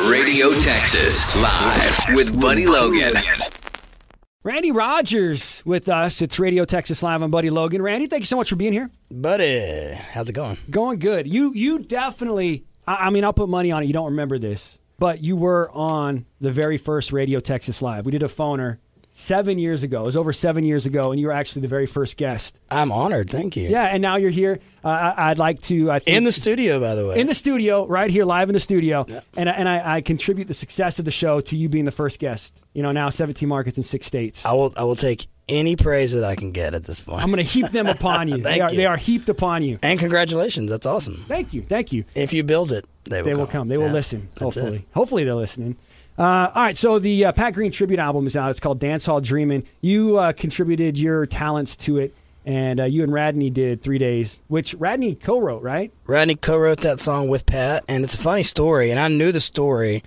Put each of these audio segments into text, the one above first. Radio Texas, live with Buddy Logan. Randy Rogers with us. It's Radio Texas Live. I'm Buddy Logan. Randy, thank you so much for being here. Buddy, how's it going? Going good. You you definitely. I, I mean, I'll put money on it. You don't remember this, but you were on the very first Radio Texas Live. We did a phoner seven years ago. It was over seven years ago, and you were actually the very first guest. I'm honored. Thank you. Yeah, and now you're here. Uh, I, I'd like to. I think, In the studio, by the way. in the studio, right here, live in the studio, and I- and I, I contribute the success of the show to you being the first guest. You know, now 17 markets in six states. I will. I will take any praise that I can get at this point. I'm going to heap them upon you. they Thank are you. they are heaped upon you. and congratulations. That's awesome. Thank you, thank you. If you build it, they will. They come. will come. They will Yeah, listen. that's Hopefully, it. hopefully they're listening. Uh, all right, so the uh, Pat Green tribute album is out. It's called Dance Hall Dreamin'. You uh, contributed your talents to it, and uh, you and Radney did three days, which Radney co-wrote, right? Rodney co-wrote that song with Pat, and it's a funny story. And I knew the story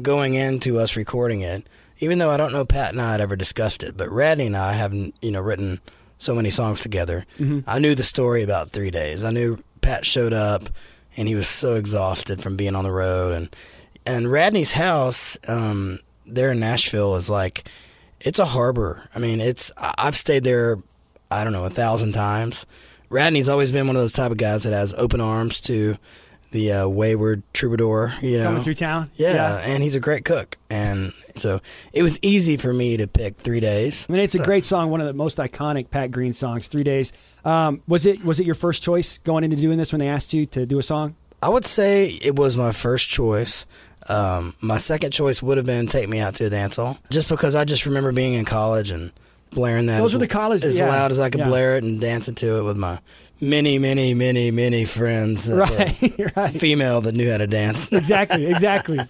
going into us recording it, even though I don't know Pat and I had ever discussed it. But Rodney and I haven't, you know, written so many songs together. I knew the story about three days. I knew Pat showed up, and he was so exhausted from being on the road, and and Radney's house um, there in Nashville is like it's a harbor. I mean, it's I- I've stayed there, I don't know, a thousand times. Radney's always been one of those type of guys that has open arms to the uh, wayward troubadour, you know, Coming through town. Yeah, Yeah. and he's a great cook, and so it was easy for me to pick three days. I mean, it's a great song, one of the most iconic Pat Green songs. Three days. Um, was it was it your first choice going into doing this when they asked you to do a song? I would say it was my first choice. Um, my second choice would have been "Take Me Out to a Dance Hall," just because I just remember being in college and blaring that. Those as, were the college- as yeah, loud as I could yeah. blare it and dancing to it with my many, many, many, many friends. That were Right, right. Female that knew how to dance. exactly, exactly. Uh,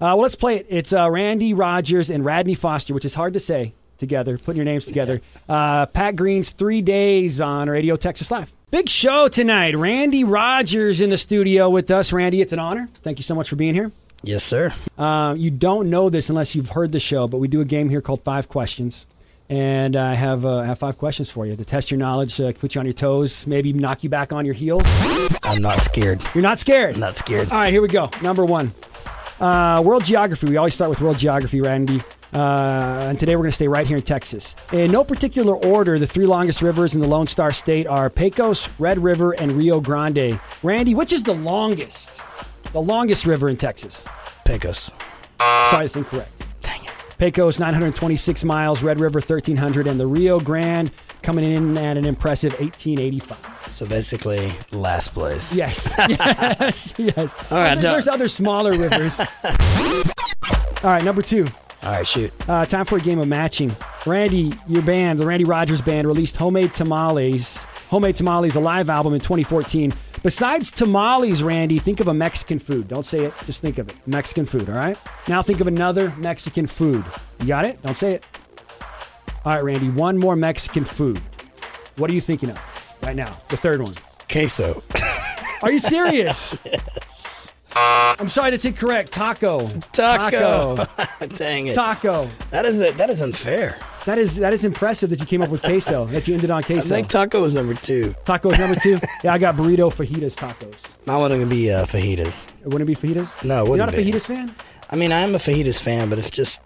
well, let's play it. It's uh, Randy Rogers and Radney Foster, which is hard to say together, putting your names together. Uh, Pat Green's Three Days on Radio Texas Live. Big show tonight. Randy Rogers in the studio with us. Randy, it's an honor. Thank you so much for being here. yes, sir. Uh, you don't know this unless you've heard the show, but we do a game here called Five Questions. And I have, uh, I have five questions for you to test your knowledge, uh, put you on your toes, maybe knock you back on your heels. I'm not scared. You're not scared. I'm not scared. All right, here we go. Number one, uh, world geography. We always start with world geography, Randy. Uh, and today we're going to stay right here in Texas. In no particular order, the three longest rivers in the Lone Star State are Pecos, Red River, and Rio Grande. Randy, which is the longest? The longest river in Texas. Pecos. Sorry, that's incorrect. Dang it. Pecos, 926 miles, Red River, 1300, and the Rio Grande coming in at an impressive 1885. So basically, last place. Yes, yes, yes. All right, done. there's other smaller rivers. All right, number two. All right, shoot. Uh, time for a game of matching. Randy, your band, the Randy Rogers Band, released Homemade Tamales. Homemade Tamales, a live album in 2014. Besides tamales, Randy, think of a Mexican food. Don't say it, just think of it. Mexican food, all right? Now think of another Mexican food. You got it? Don't say it. All right, Randy, one more Mexican food. What are you thinking of right now? The third one. Queso. Are you serious? yes. I'm sorry, that's incorrect. Taco. Taco. Dang it. Taco. That is it. That is unfair. That is that is impressive that you came up with queso. That you ended on I queso. think taco was number two. Taco is number two. Yeah, I got burrito fajitas tacos. My one gonna be uh, fajitas. Wouldn't it be fajitas? No, it You're not a wouldn't be. fajitas fan. I mean, I'm a fajitas fan, but it's just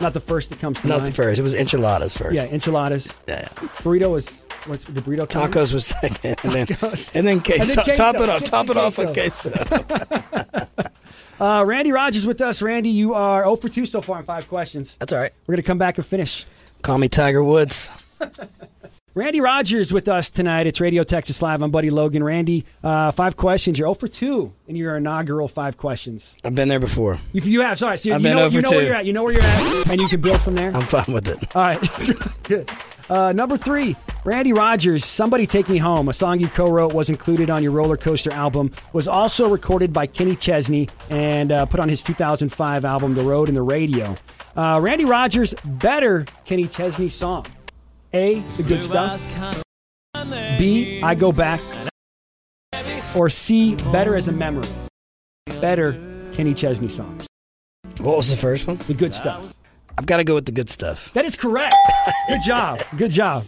Not the first that comes to not mind. the first. It was enchiladas first. Yeah, enchiladas. Yeah. Burrito was what's the burrito? coming? Tacos was second, and then Tacos. and then, que- And then to- queso. top it off, Chicken top it off with queso. Uh, Randy Rogers with us. Randy, you are 0 for 2 so far in five questions. That's all right. We're gonna come back and finish. Call me Tiger Woods. Randy Rogers with us tonight. It's Radio Texas Live. I'm Buddy Logan. Randy, uh, five questions. You're 0 for 2 in your inaugural five questions. I've been there before. If you have, sorry, so you I've been know, 0 for you know where 2. you're at. You know where you're at, and you can build from there. I'm fine with it. All right. Good. Uh, number three, Randy Rogers, Somebody Take Me Home, a song you co wrote, was included on your roller coaster album, was also recorded by Kenny Chesney and uh, put on his 2005 album, The Road and the Radio. Uh, Randy Rogers, better Kenny Chesney song. A, The Good Stuff. B, I Go Back. Or C, Better as a Memory. Better Kenny Chesney song. What was the first one? The Good Stuff. I've got to go with the good stuff. That is correct. Good job. Good job.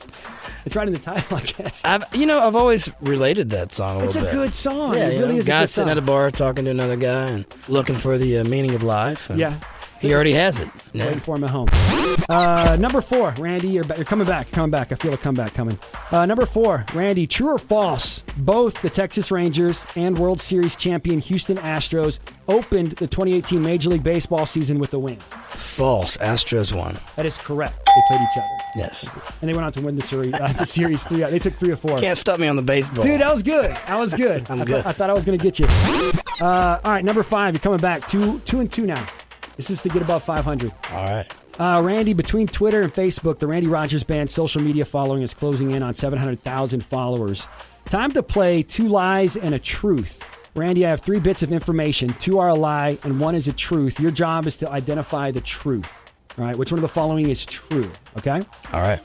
It's right in the title, I guess. I've you know I've always related that song. A It's a little bit. good song. Yeah, it you really know, is guy a good sitting song. at a bar talking to another guy and looking for the uh, meaning of life. and Yeah. he already has it. Yeah. Waiting for him at home. Uh, number four, Randy, you're, ba- you're coming back. Coming back. I feel a comeback coming. Uh, number four, Randy, true or false? Both the Texas Rangers and World Series champion Houston Astros opened the 2018 Major League Baseball season with a win. False. Astros won. That is correct. They played each other. Yes. And they went on to win the series, uh, the series three. They took three or four. Can't stop me on the baseball. Dude, that was good. That was good. I'm I, good. Thought, I thought I was going to get you. Uh, all right, number five. You're coming back. Two, two and two now. This is to get above 500. All right. Uh, Randy, between Twitter and Facebook, the Randy Rogers Band social media following is closing in on 700,000 followers. Time to play two lies and a truth. Randy, I have three bits of information. Two are a lie and one is a truth. Your job is to identify the truth. All right, which one of the following is true? Okay. All right.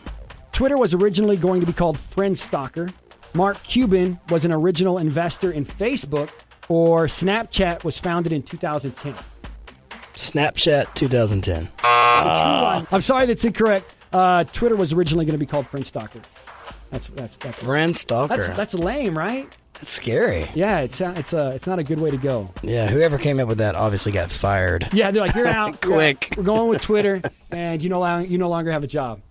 Twitter was originally going to be called Friendstalker. Mark Cuban was an original investor in Facebook, or Snapchat was founded in 2010. Snapchat 2010. I'm sorry, that's incorrect. Uh, Twitter was originally going to be called Friendstalker. That's that's that's Friend stalker. that's, that's lame, right? That's scary. Yeah, it's it's uh, it's not a good way to go. Yeah, whoever came up with that obviously got fired. Yeah, they're like, you're out. You're Quick. out. We're going with Twitter, and you no longer you no longer have a job.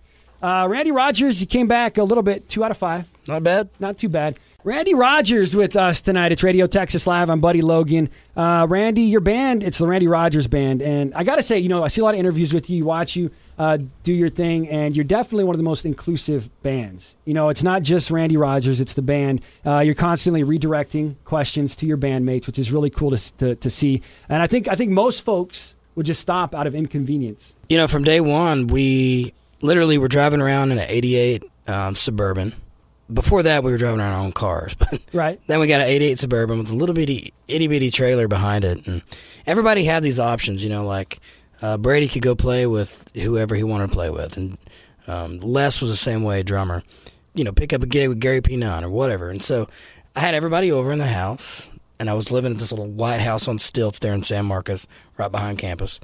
Uh, Randy Rogers, he came back a little bit, two out of five. Not bad. Not too bad. Randy Rogers with us tonight. It's Radio Texas Live. I'm Buddy Logan. Uh, Randy, your band, it's the Randy Rogers Band. And I got to say, you know, I see a lot of interviews with you, watch you uh, do your thing, and you're definitely one of the most inclusive bands. You know, it's not just Randy Rogers, it's the band. Uh, you're constantly redirecting questions to your bandmates, which is really cool to, s- to, to see. And I think, I think most folks would just stop out of inconvenience. You know, from day one, we literally were driving around in an 88 um, Suburban. Before that, we were driving around our own cars. But Right. then we got an 88 Suburban with a little bitty, itty bitty trailer behind it. And everybody had these options, you know, like uh, Brady could go play with whoever he wanted to play with. And um, Les was the same way, drummer. You know, pick up a gig with Gary Pinon or whatever. And so I had everybody over in the house. And I was living at this little white house on stilts there in San Marcos, right behind campus.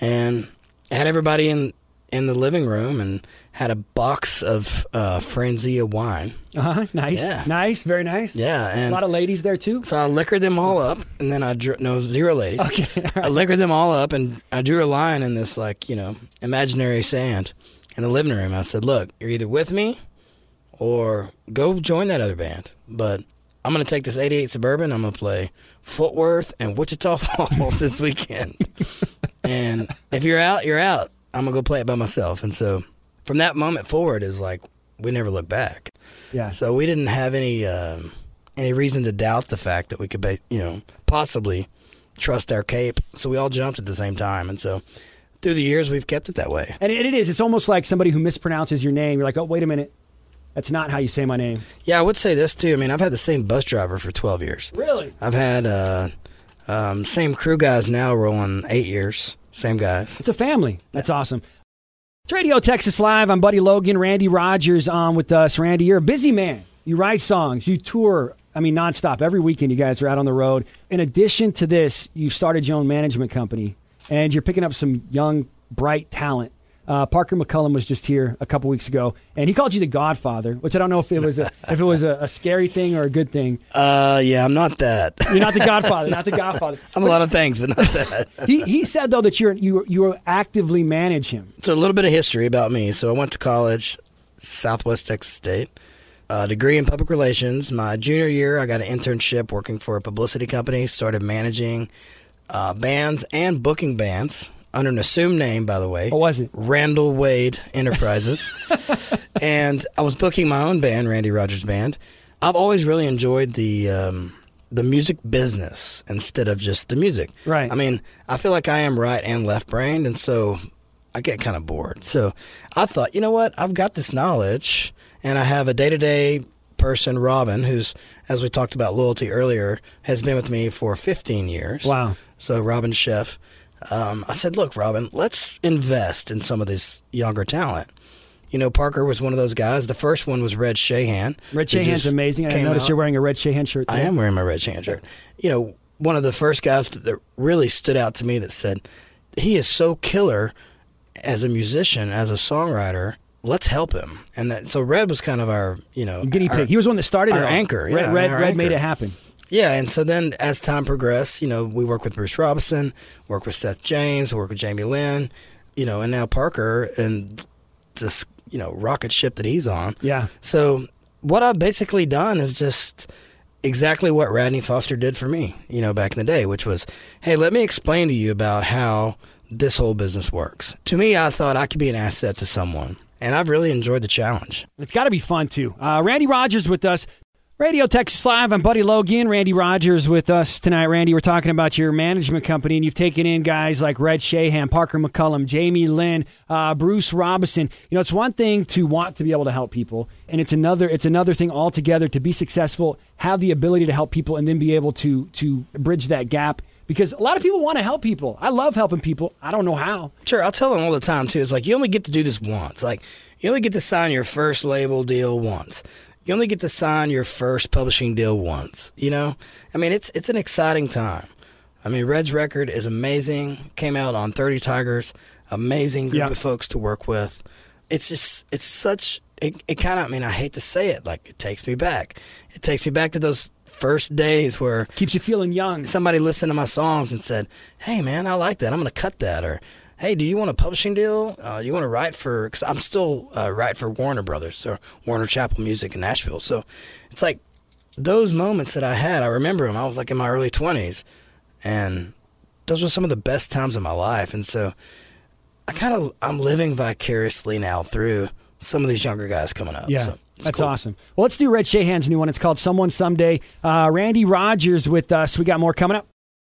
And I had everybody in, in the living room and had a box of uh, Franzia wine. Uh-huh. Nice. Yeah. Nice. Very nice. Yeah. And A lot of ladies there, too. so I liquored them all up, and then I drew no zero ladies. Okay, I liquored them all up, and I drew a line in this like you know imaginary sand in the living room. I said, "Look, you're either with me, or go join that other band. But I'm gonna take this '88 Suburban. I'm gonna play Fort Worth and Wichita Falls this weekend. and if you're out, you're out. I'm gonna go play it by myself. And so from that moment forward is like we never look back. Yeah. So we didn't have any um, any reason to doubt the fact that we could, ba- you know, possibly trust our cape. So we all jumped at the same time, and so through the years we've kept it that way. And it it is. It's almost like somebody who mispronounces your name. You're like, oh, wait a minute. That's not how you say my name. Yeah, I would say this too. I mean, I've had the same bus driver for twelve years. Really? I've had uh, um, same crew guys now rolling eight years. Same guys. It's a family. That's awesome. It's Radio Texas Live. I'm Buddy Logan. Randy Rogers on with us. Randy, you're a busy man. You write songs. You tour. I mean, nonstop. Every weekend, you guys are out on the road. In addition to this, you've started your own management company, and you're picking up some young, bright talent. Uh, Parker McCullum was just here a couple weeks ago, and he called you the Godfather, which I don't know if it was a, if it was a, a scary thing or a good thing. Uh, yeah, I'm not that. You're not the Godfather. Not the Godfather. I'm a lot of things, but not that. He, he said though that you're you you actively manage him. so a little bit of history about me. So I went to college, Southwest Texas State, a degree in public relations. My junior year, I got an internship working for a publicity company. Started managing uh, bands and booking bands under an assumed name, by the way. What was it? Randall Wade Enterprises. and I was booking my own band, Randy Rogers Band. I've always really enjoyed the um, the music business instead of just the music. Right. I mean, I feel like I am right and left brained, and so I get kind of bored. So I thought, you know what? I've got this knowledge, and I have a day to day person, Robin, who's, as we talked about loyalty earlier, has been with me for 15 years. Wow. So Robin Chef, um, I said, look, Robin, let's invest in some of this younger talent. You know, Parker was one of those guys. The first one was Red Shahan. Red who Shahan's just amazing. I came noticed out. you're wearing a Red Shahan shirt. I today. am wearing my Red Shahan shirt. You know, one of the first guys that, that really stood out to me that said, he is so killer as a musician, as a songwriter. let's help him. And that so Red was kind of our you know Guinea pig. our- he was the one that started our it. all. anchor, Red, yeah, Red, our Red made anchor. it happen. Yeah, and so then as time progressed, you know, we work with Bruce Robinson, work with Seth James, work with Jamie Lynn, you know, and now Parker and this, you know, rocket ship that he's on. Yeah. So what I've basically done is just exactly what Rodney Foster did for me, you know, back in the day, which was, hey, let me explain to you about how this whole business works. To me, I thought I could be an asset to someone, and I've really enjoyed the challenge. It's got to be fun too. Uh, Randy Rogers with us. Radio Texas Live. I'm Buddy Logan. Randy Rogers with us tonight. Randy, we're talking about your management company, and you've taken in guys like Red Shahan, Parker McCullum, Jamie Lynn, uh, Bruce Robinson. You know, it's one thing to want to be able to help people, and it's another it's another thing altogether to be successful, have the ability to help people, and then be able to to bridge that gap. Because a lot of people want to help people. I love helping people. I don't know how. Sure, I'll tell them all the time too. It's like you only get to do this once. Like you only get to sign your first label deal once. You only get to sign your first publishing deal once. You know, I mean, it's it's an exciting time. I mean, Red's record is amazing. Came out on Thirty Tigers. Amazing group Yeah. of folks to work with. It's just it's such it. It kind of I mean I hate to say it like it takes me back. It takes me back to those first days where Keeps you feeling young. somebody listened to my songs and said, "Hey, man, I like that. I'm going to cut that." Or, "Hey, do you want a publishing deal? Uh, you want to write for?" Because I'm still uh, write for Warner Brothers or Warner Chapel Music in Nashville. So it's like those moments that I had. I remember them. I was like in my early 20s, and those were some of the best times of my life. And so I kind of I'm living vicariously now through some of these younger guys coming up. Yeah. so it's That's cool. awesome. Well, let's do Red Shahan's new one. It's called Someone Someday. Uh, Randy Rogers with us. We got more coming up.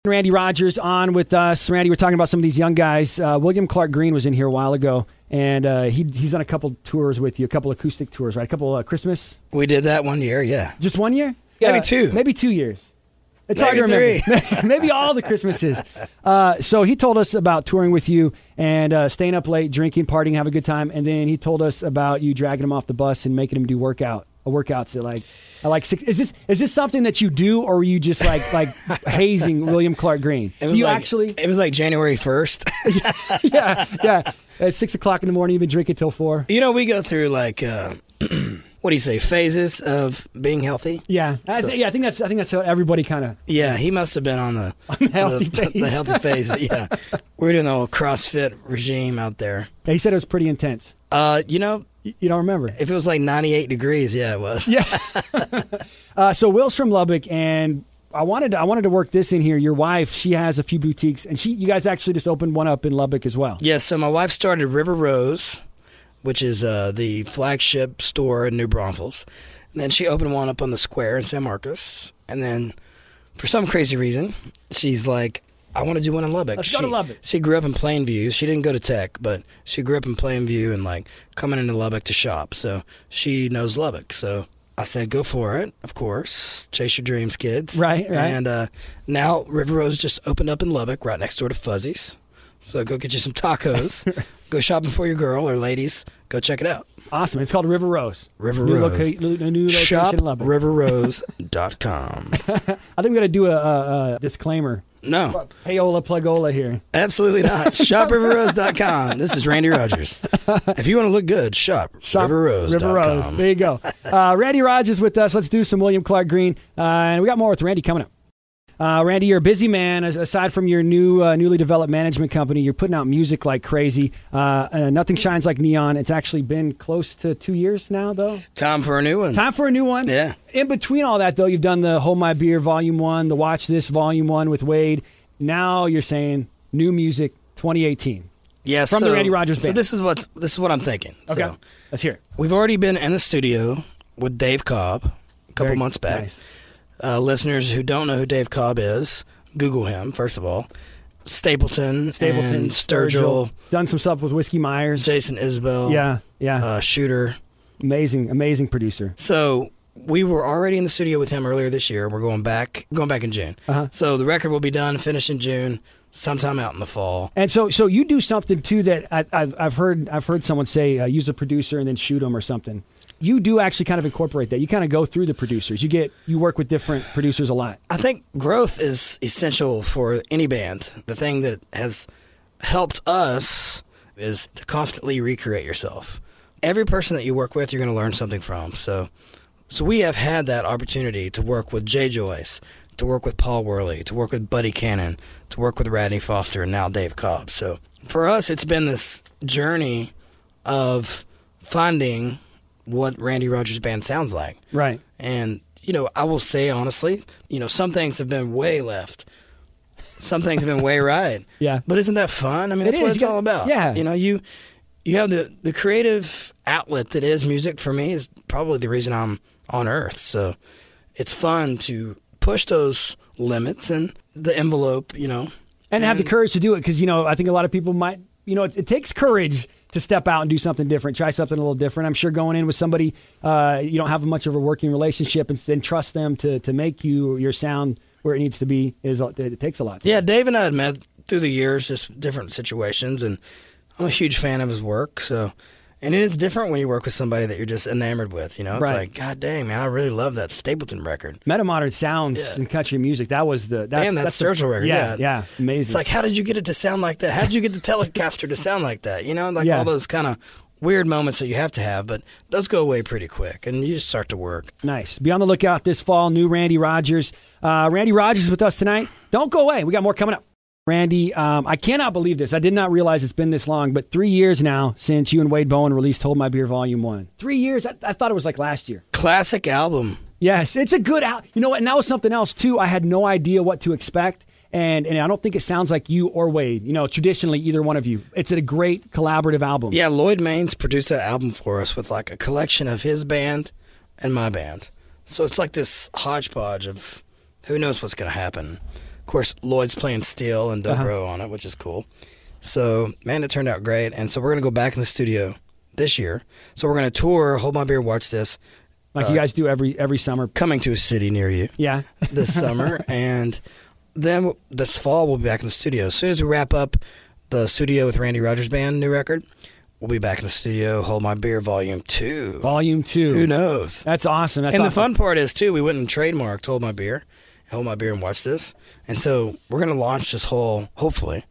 Randy Rogers on with us. Randy, we're talking about some of these young guys. Uh, William Clark Green was in here a while ago, and uh, he, he's on a couple tours with you, a couple acoustic tours, right? A couple uh, Christmas. We did that one year. Yeah. Just one year? Maybe two. Maybe two years. It's Maybe hard to remember. maybe all the Christmases. Uh, so he told us about touring with you and uh, staying up late, drinking, partying, having a good time, and then he told us about you dragging him off the bus and making him do workout uh, workouts at like at like six. Is this is this something that you do, or are you just like like hazing William Clark Green? It was You like- actually, It was like January 1st. yeah, yeah. At six o'clock in the morning, you've been drinking till four. You know, we go through like uh, what do you say phases of being healthy. Yeah, I th- yeah. I think that's I think that's how everybody kind of Yeah, he must have been on the, healthy the, the phase. healthy phase. But yeah, we we're doing the old CrossFit regime out there. He said it was pretty intense. Uh, you know, Y- You don't remember? if it was like 98 degrees, yeah, it was. Yeah. uh, so Will's from Lubbock, and I wanted to, I wanted to work this in here. Your wife, she has a few boutiques, and she you guys actually just opened one up in Lubbock as well. Yeah, so my wife started River Rose, which is uh, the flagship store in New Braunfels. And then she opened one up on the square in San Marcos. And then for some crazy reason, she's like, I want to do one in Lubbock. Let's she, go to Lubbock. She grew up in Plainview. She didn't go to tech, but she grew up in Plainview and like coming into Lubbock to shop. So she knows Lubbock. So I said, go for it, of course. Chase your dreams, kids. Right, right. And uh, now River Rose just opened up in Lubbock, right next door to Fuzzy's. So go get you some tacos. go shopping for your girl or ladies. Go check it out. Awesome. It's called River Rose. River new Rose. loca- lo- new location Shop in Lubbock. riverrose.com. I think we're gonna do a, a, a disclaimer. No, Payola plugola here. absolutely not. Shop riverrose.com. This is Randy Rogers. If you want to look good, shop, Shop riverrose.com. River Rose. There you go. Uh, Randy Rogers with us. Let's do some William Clark Green, uh, and we got more with Randy coming up. Uh, Randy, you're a busy man. As, aside from your new, uh, newly developed management company, you're putting out music like crazy. Uh, uh, Nothing shines like neon. It's actually been close to two years now, though. Time for a new one. Time for a new one. Yeah. In between all that, though, you've done the Hold My Beer Volume One, the Watch This Volume One with Wade. Now you're saying new music 2018. Yeah, From the so- Randy Rogers So Band. this is what's this is what I'm thinking. Okay. So Let's hear it. we've already been in the studio with Dave Cobb a couple Very months back. nice. Uh, listeners who don't know who Dave Cobb is, Google him first of all. Stapleton, Stapleton, and Sturgill, Done some stuff with Whiskey Myers. Jason Isbell, Yeah, yeah. uh, Shooter. amazing, amazing producer. So we were already in the studio with him earlier this year. We're going back, going back in June. Uh-huh. So the record will be done, finished in June, sometime out in the fall. And so, so you do something too that I, I've, I've heard I've heard someone say uh, use a producer and then shoot him or something. You do actually kind of incorporate that. You kind of go through the producers. You get you work with different producers a lot. I think growth is essential for any band. The thing that has helped us is to constantly recreate yourself, every person that you work with, you're going to learn something from. So, so we have had that opportunity to work with Jay Joyce, to work with Paul Worley, to work with Buddy Cannon, to work with Rodney Foster, and now Dave Cobb. So for us, it's been this journey of finding what Randy Rogers' band sounds like. Right. And, you know, I will say honestly, you know, some things have been way left. Some things have been way right. Yeah. But isn't that fun? I mean, It that's what is. it's You got- all about. yeah. You know, you you have the the creative outlet that is music for me is probably the reason I'm on earth. So it's fun to push those limits and the envelope, you know. and have the courage to do it because you know I think a lot of people might you know it, it takes courage to step out and do something different, try something a little different. I'm sure going in with somebody uh, you don't have much of a working relationship and, and trust them to to make you your sound where it needs to be is a- it takes a lot. Yeah, Dave and I had met through the years, just different situations, and I'm a huge fan of his work. So, and it is different when you work with somebody that you're just enamored with. You know, it's Right. like, God dang, man, I really love that Stapleton record. Metamodern sounds Yeah. and country music. That was the that's, Man, that that's the- Sturgill record, Yeah, yeah. amazing. It's like, how did you get it to sound like that? How did you get the Telecaster to sound like that? You know, like Yeah. all those kind of weird moments that you have to have, but those go away pretty quick, and you just start to work. Nice. Be on the lookout this fall. New Randy Rogers. Uh, Randy Rogers with us tonight. Don't go away. We got more coming up. Randy, um, I cannot believe this. I did not realize it's been this long, but three years now since you and Wade Bowen released Hold My Beer Volume 1. Three years? I, I thought it was like last year. Classic album. Yes, it's a good out. You know what? And that was something else, too. I had no idea what to expect. And, and I don't think it sounds like you or Wade, you know, traditionally, either one of you. It's a great collaborative album. Yeah, Lloyd Maines produced that album for us with like a collection of his band and my band. So it's like this hodgepodge of who knows what's going to happen. Of course, Lloyd's playing steel and dobro on it, which is cool. So, man, it turned out great. And so we're going to go back in the studio this year. So we're going to tour Hold My Beer, Watch This, Like you guys do every every summer. coming to a city near you Yeah. this summer, and then this fall we'll be back in the studio. As soon as we wrap up the studio with Randy Rogers Band new record, we'll be back in the studio. Hold my beer, Volume Two. Volume 2. Who knows? That's awesome. That's and the awesome. fun part is too, we went and trademarked Hold My Beer, Hold My Beer, and Watch This. And so we're gonna launch this whole. Hopefully,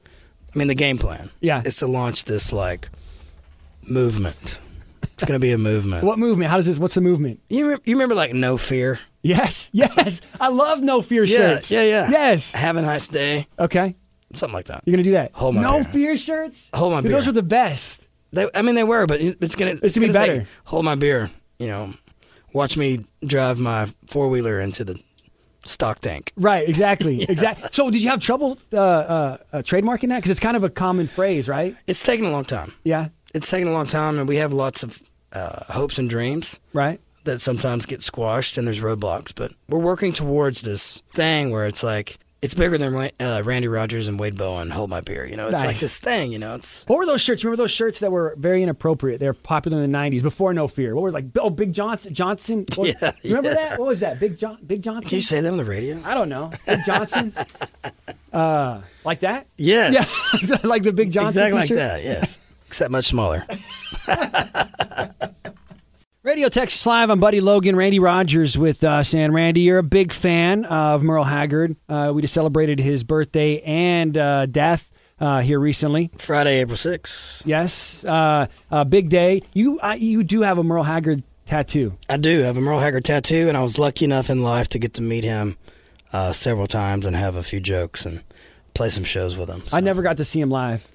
I mean the game plan. Yeah. is to launch this like movement. It's gonna be a movement. What movement? How does this? What's the movement? You, rem- you remember like No Fear? Yes, yes. I love no fear shirts. Yeah, yeah, yeah. Yes. Have a nice day. Okay, Something like that. you're gonna do that. Hold my no beer. fear shirts. Hold my Dude, Those beer. are the best. They, I mean, they were, but it's gonna. It's gonna be say, better. hold my beer. You know, watch me drive my four wheeler into the stock tank. Right. Exactly. Exactly. So, did you have trouble uh, uh, uh, trademarking that? Because it's kind of a common phrase, right? It's taken a long time. Yeah. It's taken a long time, and we have lots of uh, hopes and dreams Right. that sometimes get squashed, and there's roadblocks. But we're working towards this thing where it's like it's bigger than Ra- uh, Randy Rogers and Wade Bowen. Hold my beer. You know, it's like Nice. this thing. You know, it's What were those shirts? Remember those shirts that were very inappropriate? They were popular in the '90s before No Fear. What were like? Oh, Big Johnson. Johnson. What- Yeah, remember yeah. that? What was that? Big John. Big Johnson. can you say that on the radio? I don't know. Big Johnson. uh, like that? Yes. Yeah. like the Big Johnson. exactly t-shirt? like that. Yes, except much smaller. Radio Texas Live. I'm Buddy Logan. Randy Rogers with us. And Randy, you're a big fan of Merle Haggard. Uh, we just celebrated his birthday and uh, death uh, here recently. Friday, April sixth. Yes, uh, a big day. You uh, you do have a Merle Haggard tattoo. I do have a Merle Haggard tattoo, and I was lucky enough in life to get to meet him uh, several times and have a few jokes and play some shows with him. So. I never got to see him live,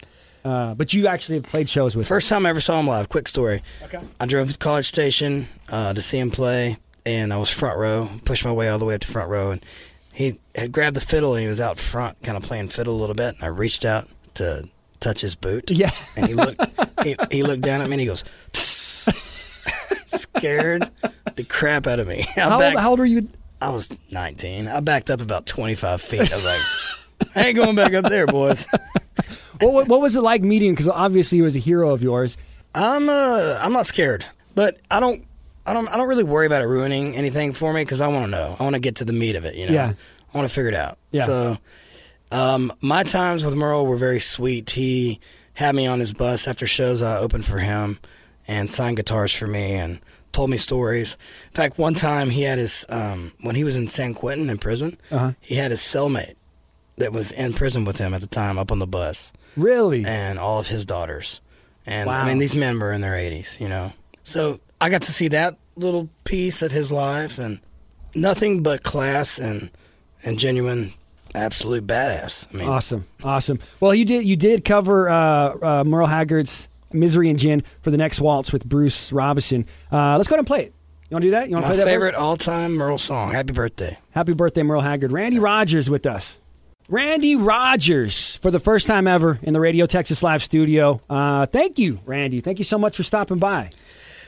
uh, but you actually have played shows with. him. First time I ever saw him live. Quick story. Okay. I drove to College Station uh, to see him play, and I was front row. Pushed my way all the way up to front row, and he had grabbed the fiddle and he was out front, kind of playing fiddle a little bit. And I reached out to touch his boot. Yeah. and he looked he, he looked down at me and he goes scared the crap out of me I, How old, backed- how old are you? I was 19 I backed up about 25 feet I was like I ain't going back up there boys What, what, what was it like meeting? Because obviously he was a hero of yours. I'm uh I'm not scared but I don't I don't I don't really worry about it ruining anything for me because I want to know I want to get to the meat of it you know Yeah. I want to figure it out Yeah. so um my times with Merle were very sweet he had me on his bus after shows I opened for him and signed guitars for me and told me stories. In fact, one time he had his um, when he was in San Quentin in prison, Uh-huh. he had his cellmate that was in prison with him at the time up on the bus, Really? Eh, and all of his daughters. And Wow. I mean, these men were in their eighties, you know, So I got to see that little piece of his life and nothing but class and and genuine, absolute badass. I mean, Awesome, awesome. Well, you did you did cover uh, uh, Merle Haggard's "Misery and Gin" for the next waltz with Bruce Robinson. Uh, let's go ahead and play it. You want to do that? You want to my play that? favorite Bert? all time Merle song. Happy birthday. Happy birthday, Merle Haggard. Randy Rogers with us. Randy Rogers for the first time ever in the Radio Texas Live studio. Uh, thank you, Randy. Thank you so much for stopping by.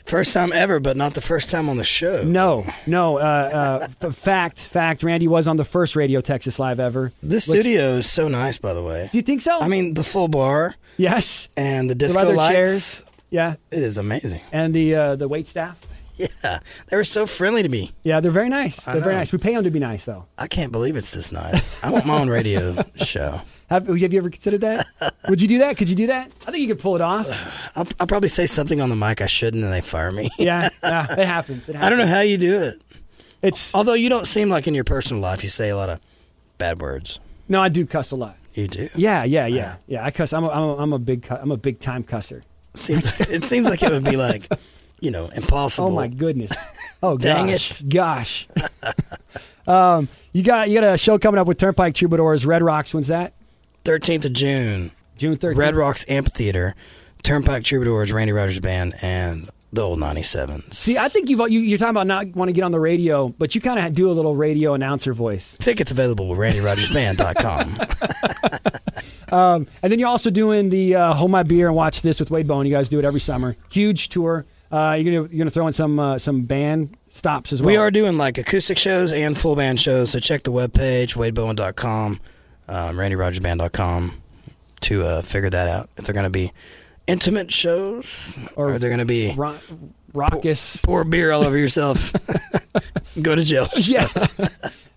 First time ever, but not the first time on the show. No, no. Uh, uh, f- fact, fact. Randy was on the first Radio Texas Live ever. This studio is so nice, by the way. Do you think so? I mean, the full bar yes. and the The disco leather lights. chairs. Yeah, It is amazing. and the uh, the wait staff. Yeah, they were so friendly to me. Yeah, they're very nice. They're very know. nice. We pay them to be nice, though. I can't believe it's this nice. I want my own radio show. Have, have you ever considered that? Would you do that? Could you do that? I think you could pull it off. I'll, I'll probably say something on the mic I shouldn't, and they fire me. Yeah, yeah, it happens. It happens. I don't know how you do it. It's Although you don't seem like in your personal life you say a lot of bad words. no, I do cuss a lot. You do. Yeah, yeah, yeah, yeah. I cuss. I'm a, I'm a, I'm a big cu- I'm a big time cusser. Seems, it seems like it would be like, you know, impossible. Oh my goodness. Oh Dang gosh. Gosh. um, you got you got a show coming up with Turnpike Troubadours. Red Rocks. When's that? 13th of June, June 13th. Red Rocks Amphitheater, Turnpike Troubadours, Randy Rogers Band, and the Old 97s. See, I think you've you, you're talking about not want to get on the radio, but you kind of do a little radio announcer voice. Tickets available at randyrogersband.com. And then you're also doing the uh, Hold My Beer and Watch This with Wade Bone. You guys do it every summer. Huge tour. Uh, you're gonna you're gonna throw in some uh, some band stops as well. we are doing like acoustic shows and full band shows, so check the webpage, wadebowen.com, um, randyrogersband.com to uh, figure that out. If they're going to be intimate shows or, they're going to be Ro- raucous. pour beer all over yourself, go to jail. yeah.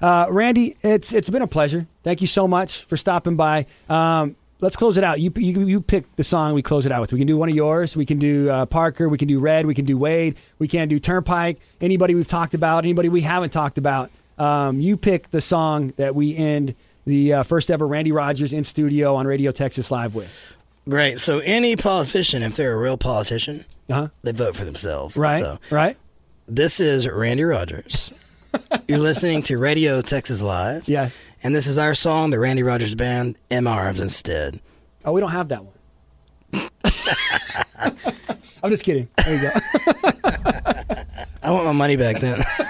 Uh, Randy, it's it's been a pleasure. Thank you so much for stopping by. Um, let's close it out. You, you you pick the song we close it out with. We can do one of yours. We can do uh, Parker. We can do Red. We can do Wade. We can do Turnpike. Anybody we've talked about. Anybody we haven't talked about. Um, you pick the song that we end the uh, first ever Randy Rogers in studio on Radio Texas Live with. Great. So any politician, if they're a real politician, Uh-huh. they vote for themselves. Right. So Right. this is Randy Rogers. You're listening to Radio Texas Live. Yeah. And this is our song, the Randy Rogers Band, M Arms Instead. Oh, we don't have that one. I'm just kidding. There you go. I want my money back then.